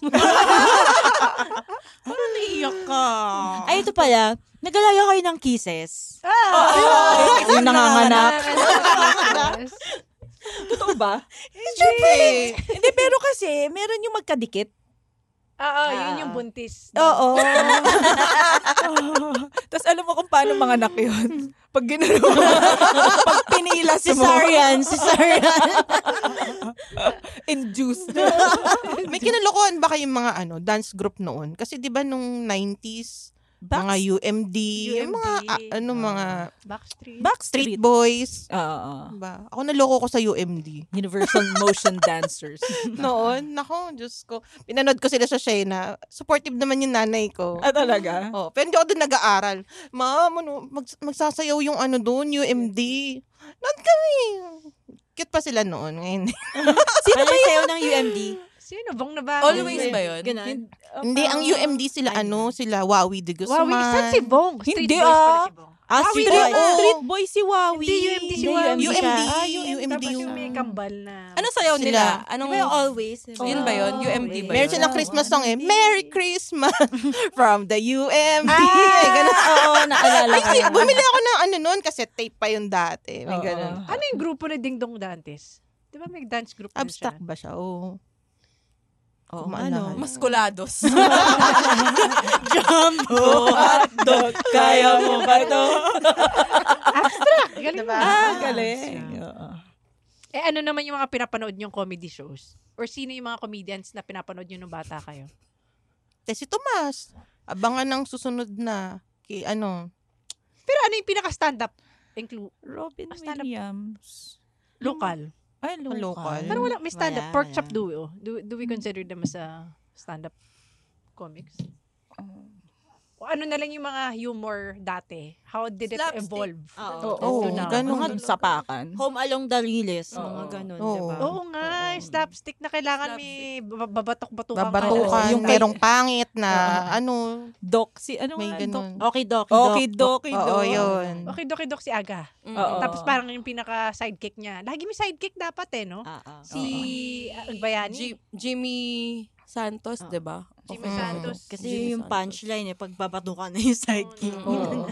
Parang naiiyak ka. Ay, ito pala. Nagalaga kayo ng kisses. Yung nanganganak. Yes. Totoo ba? Siyempre! Hindi, pero kasi, meron yung magkadikit. Oo, yun yung buntis. Oo. Tapos alam mo kung paano mga anak yun. Pag ginano pag pinilas mo, Cesarean, cesarean. induced. May kinalokohan ba kayong mga ano, dance group noon? Kasi 'di ba nung 90s, mga UMD, yung mga ah, ano mga Backstreet. Street Backstreet. Boys. Oo. oo. Ba? Ako naloko ko sa UMD. Universal motion dancers. Noon, nako, Diyos ko. Pinanood ko sila sa Shena. Supportive naman yung nanay ko. ah, talaga? Oh, pero hindi ako doon nag-aaral. Ma'am, ano, mags- magsasayaw yung ano doon, UMD. Noon kami. Cute pa sila noon. Ngayon. Sino ba sayo ng UMD? Sino? Bong na ba? Always ba yun? hindi, ang ah, UMD sila ano, sila Wawi de Guzman. Oh, Wow, saan si Bong? Street Hindi, boys pala ah. si Bong. Ah, Wawi street, na. boy. Street boy si ah, Wawi. Hindi, UMD si Hindi, Wawi. UMD ka. UMD. Ah, UMD Tapos yung- yung may kambal na. Ano sayaw Sila. nila? Anong, Yung always. yun ba yun? UMD ba Meron yun? silang Christmas song eh. Merry Christmas from the UMD. Ah, Ah, Ay, ganun. Oo, naalala Ay, ko. si- bumili ako ng ano noon kasi tape pa yung dati. May Oo. ganun. Ano yung grupo ni Ding Dong Dantes? Di ba may dance group na siya? Abstract ba siya? Oh. Oo. Oo, Kumaalahan. ano? Maskulados. Jumbo hotdog, kaya mo ba to? Galing Diba? na. Ah, galing. Oo. Eh ano naman yung mga pinapanood yung comedy shows? Or sino yung mga comedians na pinapanood nyo nung bata kayo? Te, si Tomas. Abangan ng susunod na ki- ano, Pero ano yung pinaka-stand-up? Inclu- Robin stand-up Williams. Local. Ay, local. Local. Pero wala, may stand-up. Wala, Pork wala. chop duo. Do, do we consider them as a stand-up comics? O ano na lang yung mga humor dati? How did it Slapstick. evolve? Oo. Oh, Oo, ganun. Mga sapakan. Home along the riles. Oo. Mga ganun, Oo. diba? Oo nga, slapstick na kailangan may bab- babatok-batukan. ka. babatukan, yung yung kay- merong pangit na, ano, Doc, si ano may nga, Doc. ganun. Okay, doc. Okay, Doc. Okay, Oo, Doc. yun. Okay, dokidok si Aga. Oo. Tapos parang yung pinaka-sidekick niya. Lagi may sidekick dapat eh, no? Ah, ah. Si Ah, Bayani? Ji- Jimmy Santos, Ah. 'di ba? Jimmy Mm. Santos. Kasi yung Santos. punchline eh, pagbabatukan na yung sidekick. Oo.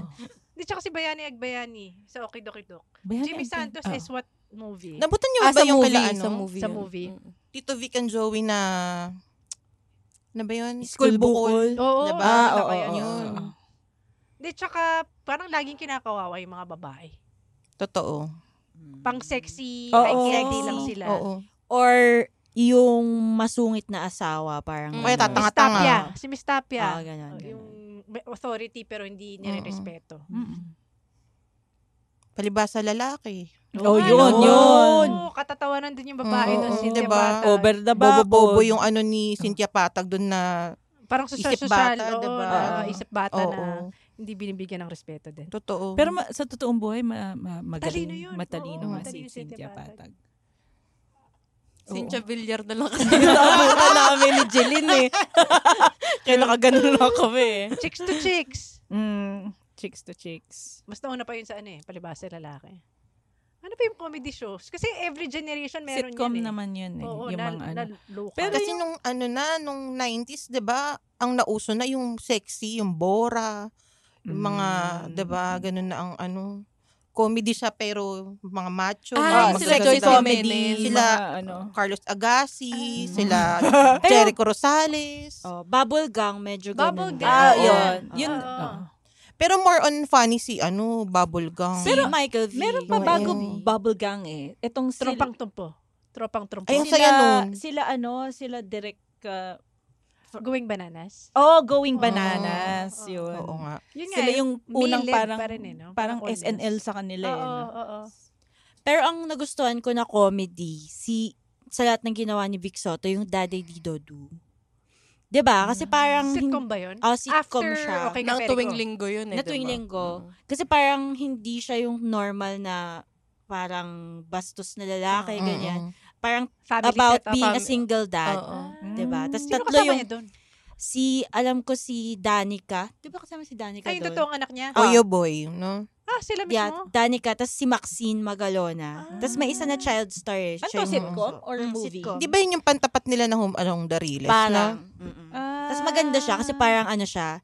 Hindi, tsaka si Bayani Agbayani sa Okay Dokidok. Bayani Jimmy Agbayani. Santos Ah. is what movie? Nabutan niyo ba Ah, sa yung movie, kila, ano? sa movie. Sa yun. movie. Mm. Tito Vic and Joey na, na ba yun? School Bukol. Oo. Diba? Ah, Ano oo, ba oo, yun? oo. Hindi, tsaka parang laging kinakawawa yung mga babae. Totoo. Pang sexy, Oo. like sexy lang sila. Oo. Or yung masungit na asawa, parang... Mm. Kaya ganun. Miss tatanga-tanga. Tapia. Si Miss Tapia. Ah, Oo, ganun, Oh, ganun. yung may authority pero hindi nire-respeto. Palibasa lalaki. Oh, Ay, yun, oo. yun. Katatawanan din yung babae Mm, doon. oo. Cynthia Diba? Bata. Over the back. Bobo-bobo yung ano ni Ah. Cynthia Patag doon na Parang isip social-social. bata, oo, diba? na isip bata Oo. na hindi binibigyan ng respeto din. Totoo. Pero ma- sa totoong buhay, ma- ma- magaling. Matalino yun. Matalino Oo, nga si matalino si Cynthia Cynthia Patag. Patag. Cynthia Villar na lang kasi. Nabutan namin ni Jeline eh. Kaya nakaganon lang kami eh. Chicks to chicks. Mm, chicks to chicks. Mas nauna pa yun sa ano eh, palibasa lalaki. Ano pa yung comedy shows? Kasi every generation meron Sitcom yun eh. naman yun eh. Oo, yung na, mga ano. na local. Pero Kasi nung ano na, nung 90s, 'di ba? Ang nauso na yung sexy, yung bora, yung mga, Mm. 'di ba? Ganun na ang ano. Comedy siya pero mga macho. Ah, mga sila magaganda. Joyce Jimenez. Sila mga ano. Carlos Ah. Agassi, sila Jericho Rosales. Oh, bubble gang, medyo Bubble ganun. gang. Ah, Oo. yun. Yun. oh. Oo. oo. Pero more on funny si ano, Bubblegum. Si Michael V. Meron pa Oo. bago bubble gang eh. Etong sila- Tropang tumpo. Tropang trumpo. Ay, ang sila, saya nun. Sila ano, sila direct uh, Going bananas. Oh, Going Oo. Bananas. Oo. Yun. Oo nga. Yun nga, Sila yung male unang led parang, pa rin eh, no? parang Parang SNL sa kanila. eh, Oo, no? oo, oo. Pero ang nagustuhan ko na comedy, si sa lahat ng ginawa ni Vic Soto, yung Daddy Dido Do. 'Di Hmm. ba? Kasi parang Sitcom ba yun? Oh, sitcom After siya. Okay Nang Kaperico. tuwing linggo yun eh. na tuwing diba? linggo. Mm. Kasi parang hindi siya yung normal na parang bastos na Hmm. lalaki, Mm-mm. ganyan. Parang Family about set up. being a fam- single dad. Oo. Di ba? Tapos Ah. Sino tatlo kasama yung niya doon? si, alam ko si Danica. Di ba kasama si Danica Ay, yung doon? totoong anak niya. Oyo boy, no? Ah, sila mismo? Yeah, Danica. Tapos si Maxine Magalona. Tapos may isa na child star. eh. Ano Siya yung- to, sitcom or Mm, movie? sitcom. Di ba yun yung pantapat nila na Home Along the Riles? Parang. No? mm-mm. Ah. Tapos maganda siya kasi parang ano siya.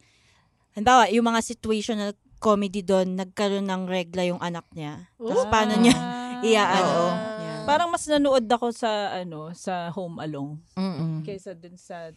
Halimbawa, yung mga situational comedy doon, nagkaroon ng regla yung anak niya. Tapos paano niya iya ano. Oo. Yan. Ah. Parang mas nanood ako sa ano sa Home Alone Mm-mm. kaysa dun sa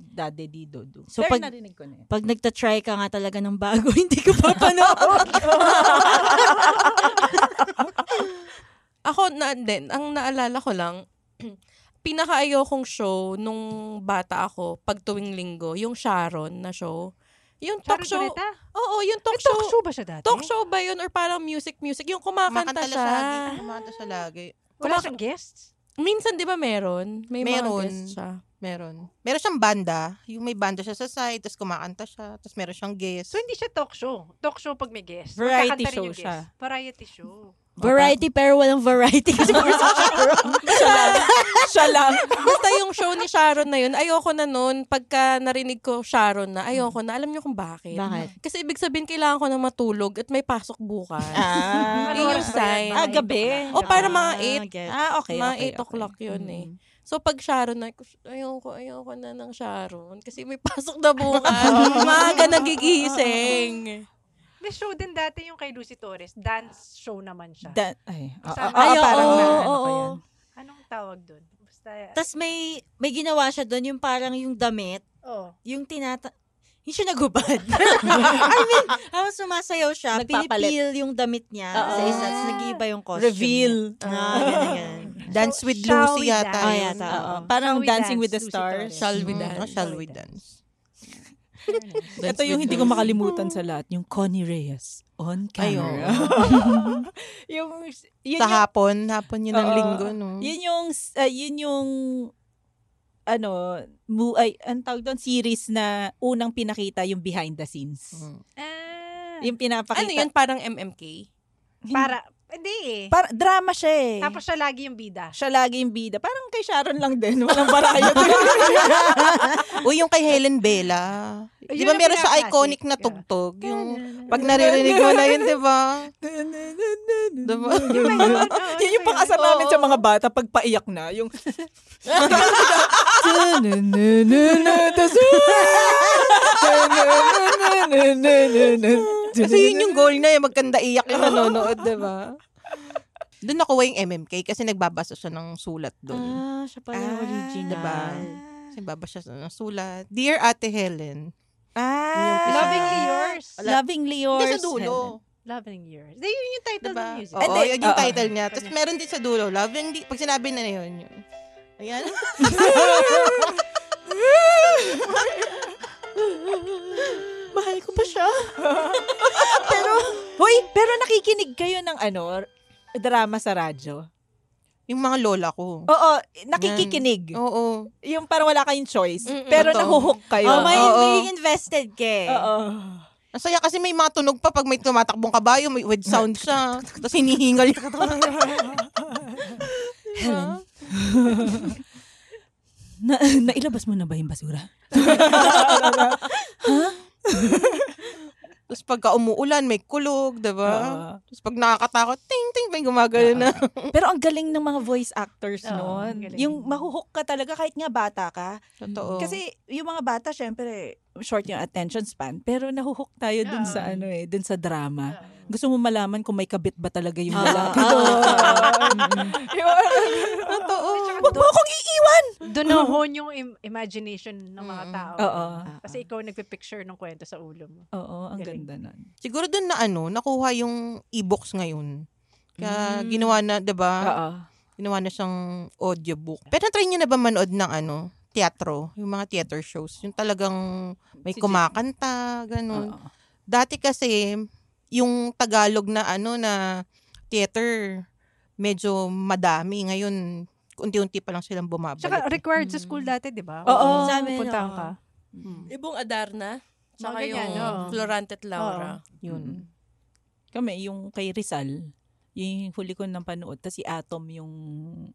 Daddy Dido Do. So, Pero pag- narinig ko na yun. pag nagta-try ka nga talaga ng bago, hindi ko papanood. Ako, na, din, ang naalala ko lang, pinaka kong show nung bata ako, pag tuwing linggo, yung Sharon na show. Yung talk show. Sharon Cuneta? Oo, yung talk May talk show. show ba siya dati? Talk show ba yun? Or parang music-music? Yung kumakanta Kumakanta siya. lagi. Kumanta siya lagi. Wala Kumak- siyang guests? Minsan, di ba meron? May mga Meron. guest siya. Meron. Meron siyang banda. Yung may banda siya sa side, tapos kumakanta siya, tapos meron siyang guest. So, hindi siya talk show. Talk show pag may guest. Variety Magkakanta rin show yung guest. siya. Variety show. variety pero walang variety kasi for si Sharon. Siya lang. Basta yung show ni Sharon na yun, ayoko na nun. Pagka narinig ko Sharon na, ayoko na. Alam niyo kung bakit? Bakit? Kasi ibig sabihin, kailangan ko na matulog at may pasok bukas. Ah, Yun yung sign. Ah, gabi. O para mga Ah, gets. 8. Ah, okay. mga okay, 8 okay. o'clock yun eh. So pag Sharon na, ayoko, ayoko na ng Sharon. Kasi may pasok na bukas. Maaga nagigising. May show din dati yung kay Lucy Torres. Dance show naman siya. Da- ay, oo, Kasama- oo, Ay, oo, parang na, ano oo, pa oo. yan. Anong tawag doon? Basta, Tapos may, may ginawa siya doon yung parang yung damit, oh. yung tinata... Hindi siya nagubad. I mean, habang sumasayaw siya, Nagpapalit. pinipil yung damit niya Oo. sa isa, tapos nag-iiba yung costume. Reveal. niya. Ah, ganyan, ganyan. Dance with Shall Lucy we yata. dance? Oh, yun. yata. Oo, Oo. parang Shall we Dancing dance, with the Lucy Stars. Torres? Mm-hmm. Shall we Mm, dance? oh, shall we dance? Ito yung hindi ko makalimutan sa lahat, yung Connie Reyes on camera. yung, yun sa yung- hapon, hapon yun ang Oo. linggo, no? Yun yung, ah, yun yung, ano, mu, ay, ang tawag doon, series na unang pinakita yung behind the scenes. Mm. Yung pinapakita. Ano yun? Parang MMK? Ah, Para, hindi eh. Par- drama siya eh. Tapos siya lagi yung bida. siya lagi yung bida. Parang kay Sharon lang din. Walang barayot. Uy, yung kay Helen Bella. Di Yun ba ang meron sa pinaka-classic, iconic na tugtog? Yung pag naririnig mo na yun, di ba? Diba? yun yung pang-asar namin sa mga bata pag paiyak na. Yung... Kasi yun yung goal na eh, magkanda iyak yung nanonood, di ba? Doon nakuha yung MMK kasi nagbabasa siya ng sulat doon. Ah, siya pala yung original. Diba? Kasi nagbabasa siya ng sulat. Dear Ate Helen. Ah, Lovingly yours. Lovingly yours. Hindi sa dulo. Loving yours. Di, yun yung title Diba? ng music. Oo, yun yung title niya. Tapos meron din sa dulo, Lovingly. Pag sinabi na na yun, yun. Ayan. Mahal ko pa siya. pero, hoy, pero nakikinig kayo ng ano, drama sa radyo. yung mga lola ko. Oo, nakikikinig. Oo. Yung parang wala kayong choice. Mm-mm. pero Totoo. nahuhook kayo. Oh, may Oo. being invested ka eh. Oo. Ang saya kasi may mga tunog pa pag may tumatakbong kabayo, may with sound siya. Tapos hinihingal. Helen. Diba? na, nailabas mo na ba yung basura? Tapos pagka umuulan, may kulog, diba? Oo. Tapos pag nakakatakot, ting-ting, may gumagano na. Pero ang galing ng mga voice actors Oo, noon. ang galing. Yung mahuhook ka talaga kahit nga bata ka. Totoo. Kasi yung mga bata, syempre, short yung attention span. Pero nahuhook tayo dun sa ano eh, dun sa drama. Gusto mo malaman kung may kabit ba talaga yung lalaki doon. Totoo. Huwag mo akong iiwan! Dunahon yung im- imagination ng mga tao. Oo. Oh, Kasi ikaw nagpipicture ng kwento sa ulo mo. Oo, ang Galing. ganda nun. Siguro dun na ano, nakuha yung e-books ngayon. Kaya Hmm. ginawa na, diba? Oo. Ginawa na siyang audiobook. Pero try niyo na ba manood ng ano, teatro? Yung mga theater shows. Yung talagang may Si Jim. kumakanta, ganun. Oo. Dati kasi, yung Tagalog na ano na theater, medyo madami. Ngayon, unti-unti pa lang silang bumabalik. Tsaka required sa school dati, di ba? Oo. Kung Sa amin, pupuntahan oo. ka. Ibong Adarna? Tsaka Mga ganyan, yung oo. Florante at Laura. Yun. Kami, yung kay Rizal, yung huli ko nang panood, tas si Atom yung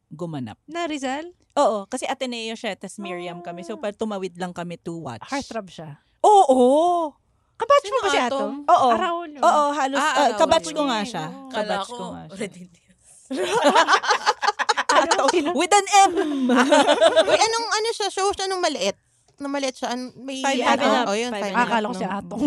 gumanap. Ah. Na Rizal, Oo, kasi Ateneo siya, tas Miriam kami. So, par tumawid lang kami to watch. heartthrob siya. Oo! Kabatch mo Sino ba si Atom? Atom? Oo. Araw no? Oo, halos. Ah, ah, araw kabatch yun. ko nga siya. Oo. Kala Kabatch ko, ko nga siya. Redindias. Atom. With an M! Uy, anong ano siya? Show siya nung maliit. Nung maliit siya. An- may Five ano? and up. Oh, yun, Five five and and Akala up, ko si no? Atong.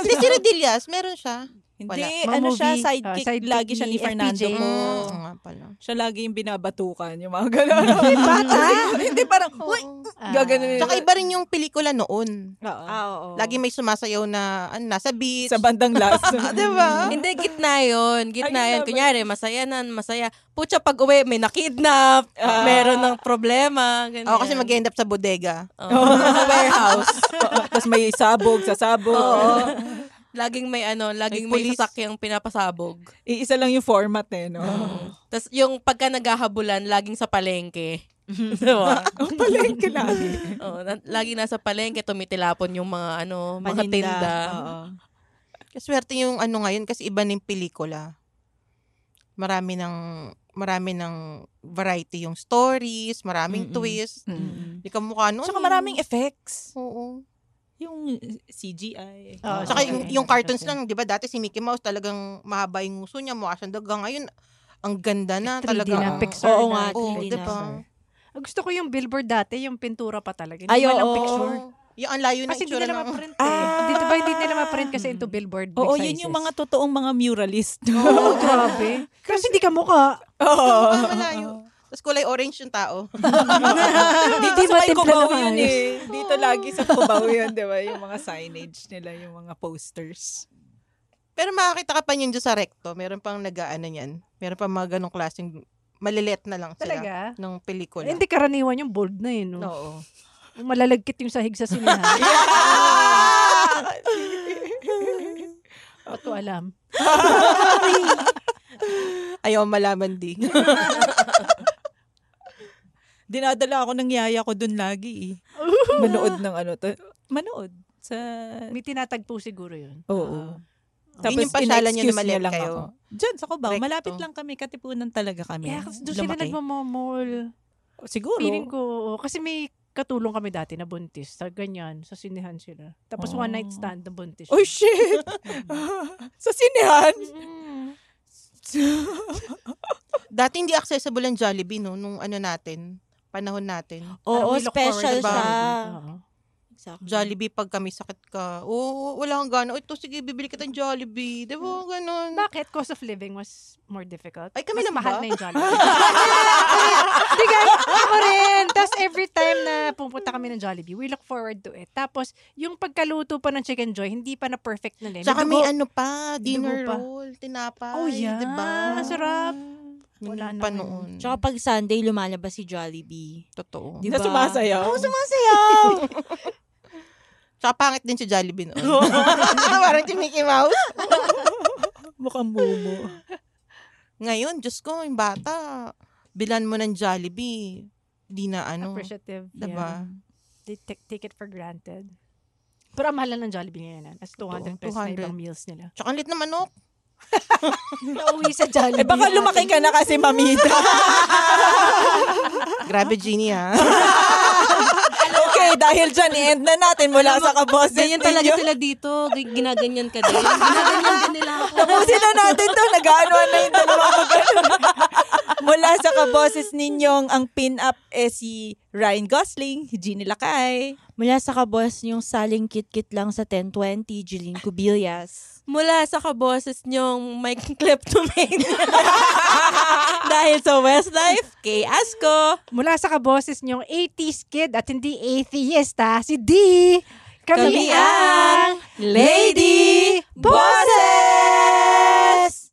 Hindi, si Rodillas. Meron siya. Hindi, Mga ano siya, movie. sidekick, Ah, sidekick lagi siya ni ni Fernando FPJ. mo. Mm, oo nga pala. Siya lagi yung binabatukan, yung mga gano'n. Hindi, bata. Hindi, parang, uy, gaganon. Tsaka iba rin yung pelikula noon. Oo. Ah, Oo. Lagi may sumasayaw na ano, nasa beach. Sa bandang last. Ah. diba? Hindi, gitna yun. Gitna Ay, yun. gitna ba? Kunyari, masaya na, masaya. Putya, pag uwi, may nakidnap. meron ng problema. Ganyan. Oh, Ah. kasi mag-end up sa bodega. Oo. Sa warehouse. Tapos may sabog, sasabog. Oo. Laging may ano, laging may, police. sasakyang pinapasabog. Iisa lang yung format eh, no? Tapos yung pagka naghahabulan, laging sa palengke. diba? Ang palengke lagi. Oo, na- laging nasa palengke, tumitilapon yung mga ano, mga Paninda. tinda. Oo. Swerte yung ano ngayon kasi iba na yung pelikula. Marami ng marami ng variety yung stories, maraming Mm-mm. twist. Mm. Hindi ka mukha noon. Tsaka eh. maraming effects. Oo. Yung CGI. Oo, Tsaka Okay. yung, yung cartoons lang, di ba? Dati si Mickey Mouse talagang mahaba yung nguso niya, mukha siyang daga. Ngayon, ang ganda na 3D talaga. na, Pixar Oo na. nga, Oo, 3D na. di ba? Ah, Gusto ko yung billboard dati, yung pintura pa talaga. Hindi Ay, man ang oo. picture. Yung ang layo ng Kasi hindi itsura nila ng... ma-print eh. Dito ba hindi nila ma-print kasi into billboard Oo, big yun yung mga sizes. totoong mga muralist. Oo, grabe. Kasi hindi ka mukha. Oo, malayo. Tapos kulay orange yung tao. Dito Hindi sa may matimpla Cubao na yun maayos. eh. Dito lagi sa Cubao yun, di ba? Yung mga signage nila, yung mga posters. Pero makakita ka pa yun dyan sa recto. Meron pang nag-ano niyan. Meron pang mga ganong klaseng malilet na lang sila. Talaga? Ng pelikula. Hindi karaniwan yung bold na yun. No? Oo. Malalagkit yung sahig sa sinihan. Ba't ko alam? Ayaw malaman din. Dinadala ako ng yaya ko dun lagi eh. Manood ng ano to. Manood. Sa... May tinatagpo siguro yun. Ah. Oo. Tapos yung pasyalan nyo na in-excuse mali niya lang kayo. ako. Diyan sa Cubao, Recto. malapit lang kami, katipunan talaga kami. Yeah, kasi doon sila Lumaki. nagmamall. Siguro. Feeling ko, oo. kasi may katulong kami dati na buntis. Sa ganyan, sa sinihan sila. Tapos Ah. Oh. one night stand na buntis. Oh shit! sa sinehan? Dati hindi accessible ang Jollibee, no? Nung ano natin, panahon natin. Oo, Parang we look special forward Diba? siya. about- Jollibee pag kami sakit ka. Oo, wala kang gana. Ito, sige, bibili kita ng Jollibee. Di Hmm. ba, ganun. Bakit? Cost of living was more difficult. Ay, kami Mas lang ba? mahal na yung Jollibee. Hindi, guys, ako rin. Tapos every time na pupunta kami ng Jollibee, we look forward to it. Tapos, yung pagkaluto pa ng Chicken Joy, hindi pa na perfect na rin. Tsaka Dugo- may ano pa, dinner dugo pa. roll, tinapay. Oh, yeah. Di ba? Ang sarap. Wala na pa ngayon. noon. Tsaka Mm. pag Sunday, lumalabas si Jollibee. Totoo. Di ba? Na sumasayaw. Diba? Oo, sumasayaw! Tsaka pangit din si Jollibee noon. Parang si Mickey Mouse. Mukhang bobo. Ngayon, Diyos ko, yung bata, bilan mo ng Jollibee, di na ano. Appreciative. Diba? Yeah. They take, take it for granted. Pero ang mahal na ng Jollibee ngayon. eh. As 200 pesos 200. na ibang meals nila. Tsaka ang lit na manok. Nauwi sa Eh Jollibee. baka lumaki ka na kasi, mamita. Grabe, Genie, ha? okay, dahil dyan, i-end na natin mula sa kaboses Ganyan talaga ninyo. sila dito. G- Ginaganyan ka din. Ginaganyan din nila ako. Tapusin na natin to. Nag-aanuan na yung dalawa ko. Mula sa kaboses ninyong, ang pin-up eh si Ryan Gosling, Gina Lakay. Mula sa kabos yung saling kit-kit lang sa 1020, Jeline Cubillas. Mula sa kaboses niyong Mike Kleptomania. Dahil sa Westlife, Kay Asko. Mula sa kaboses niyong 80s kid at hindi atheist ha, si D. Kami, Kami ang Lady Boses!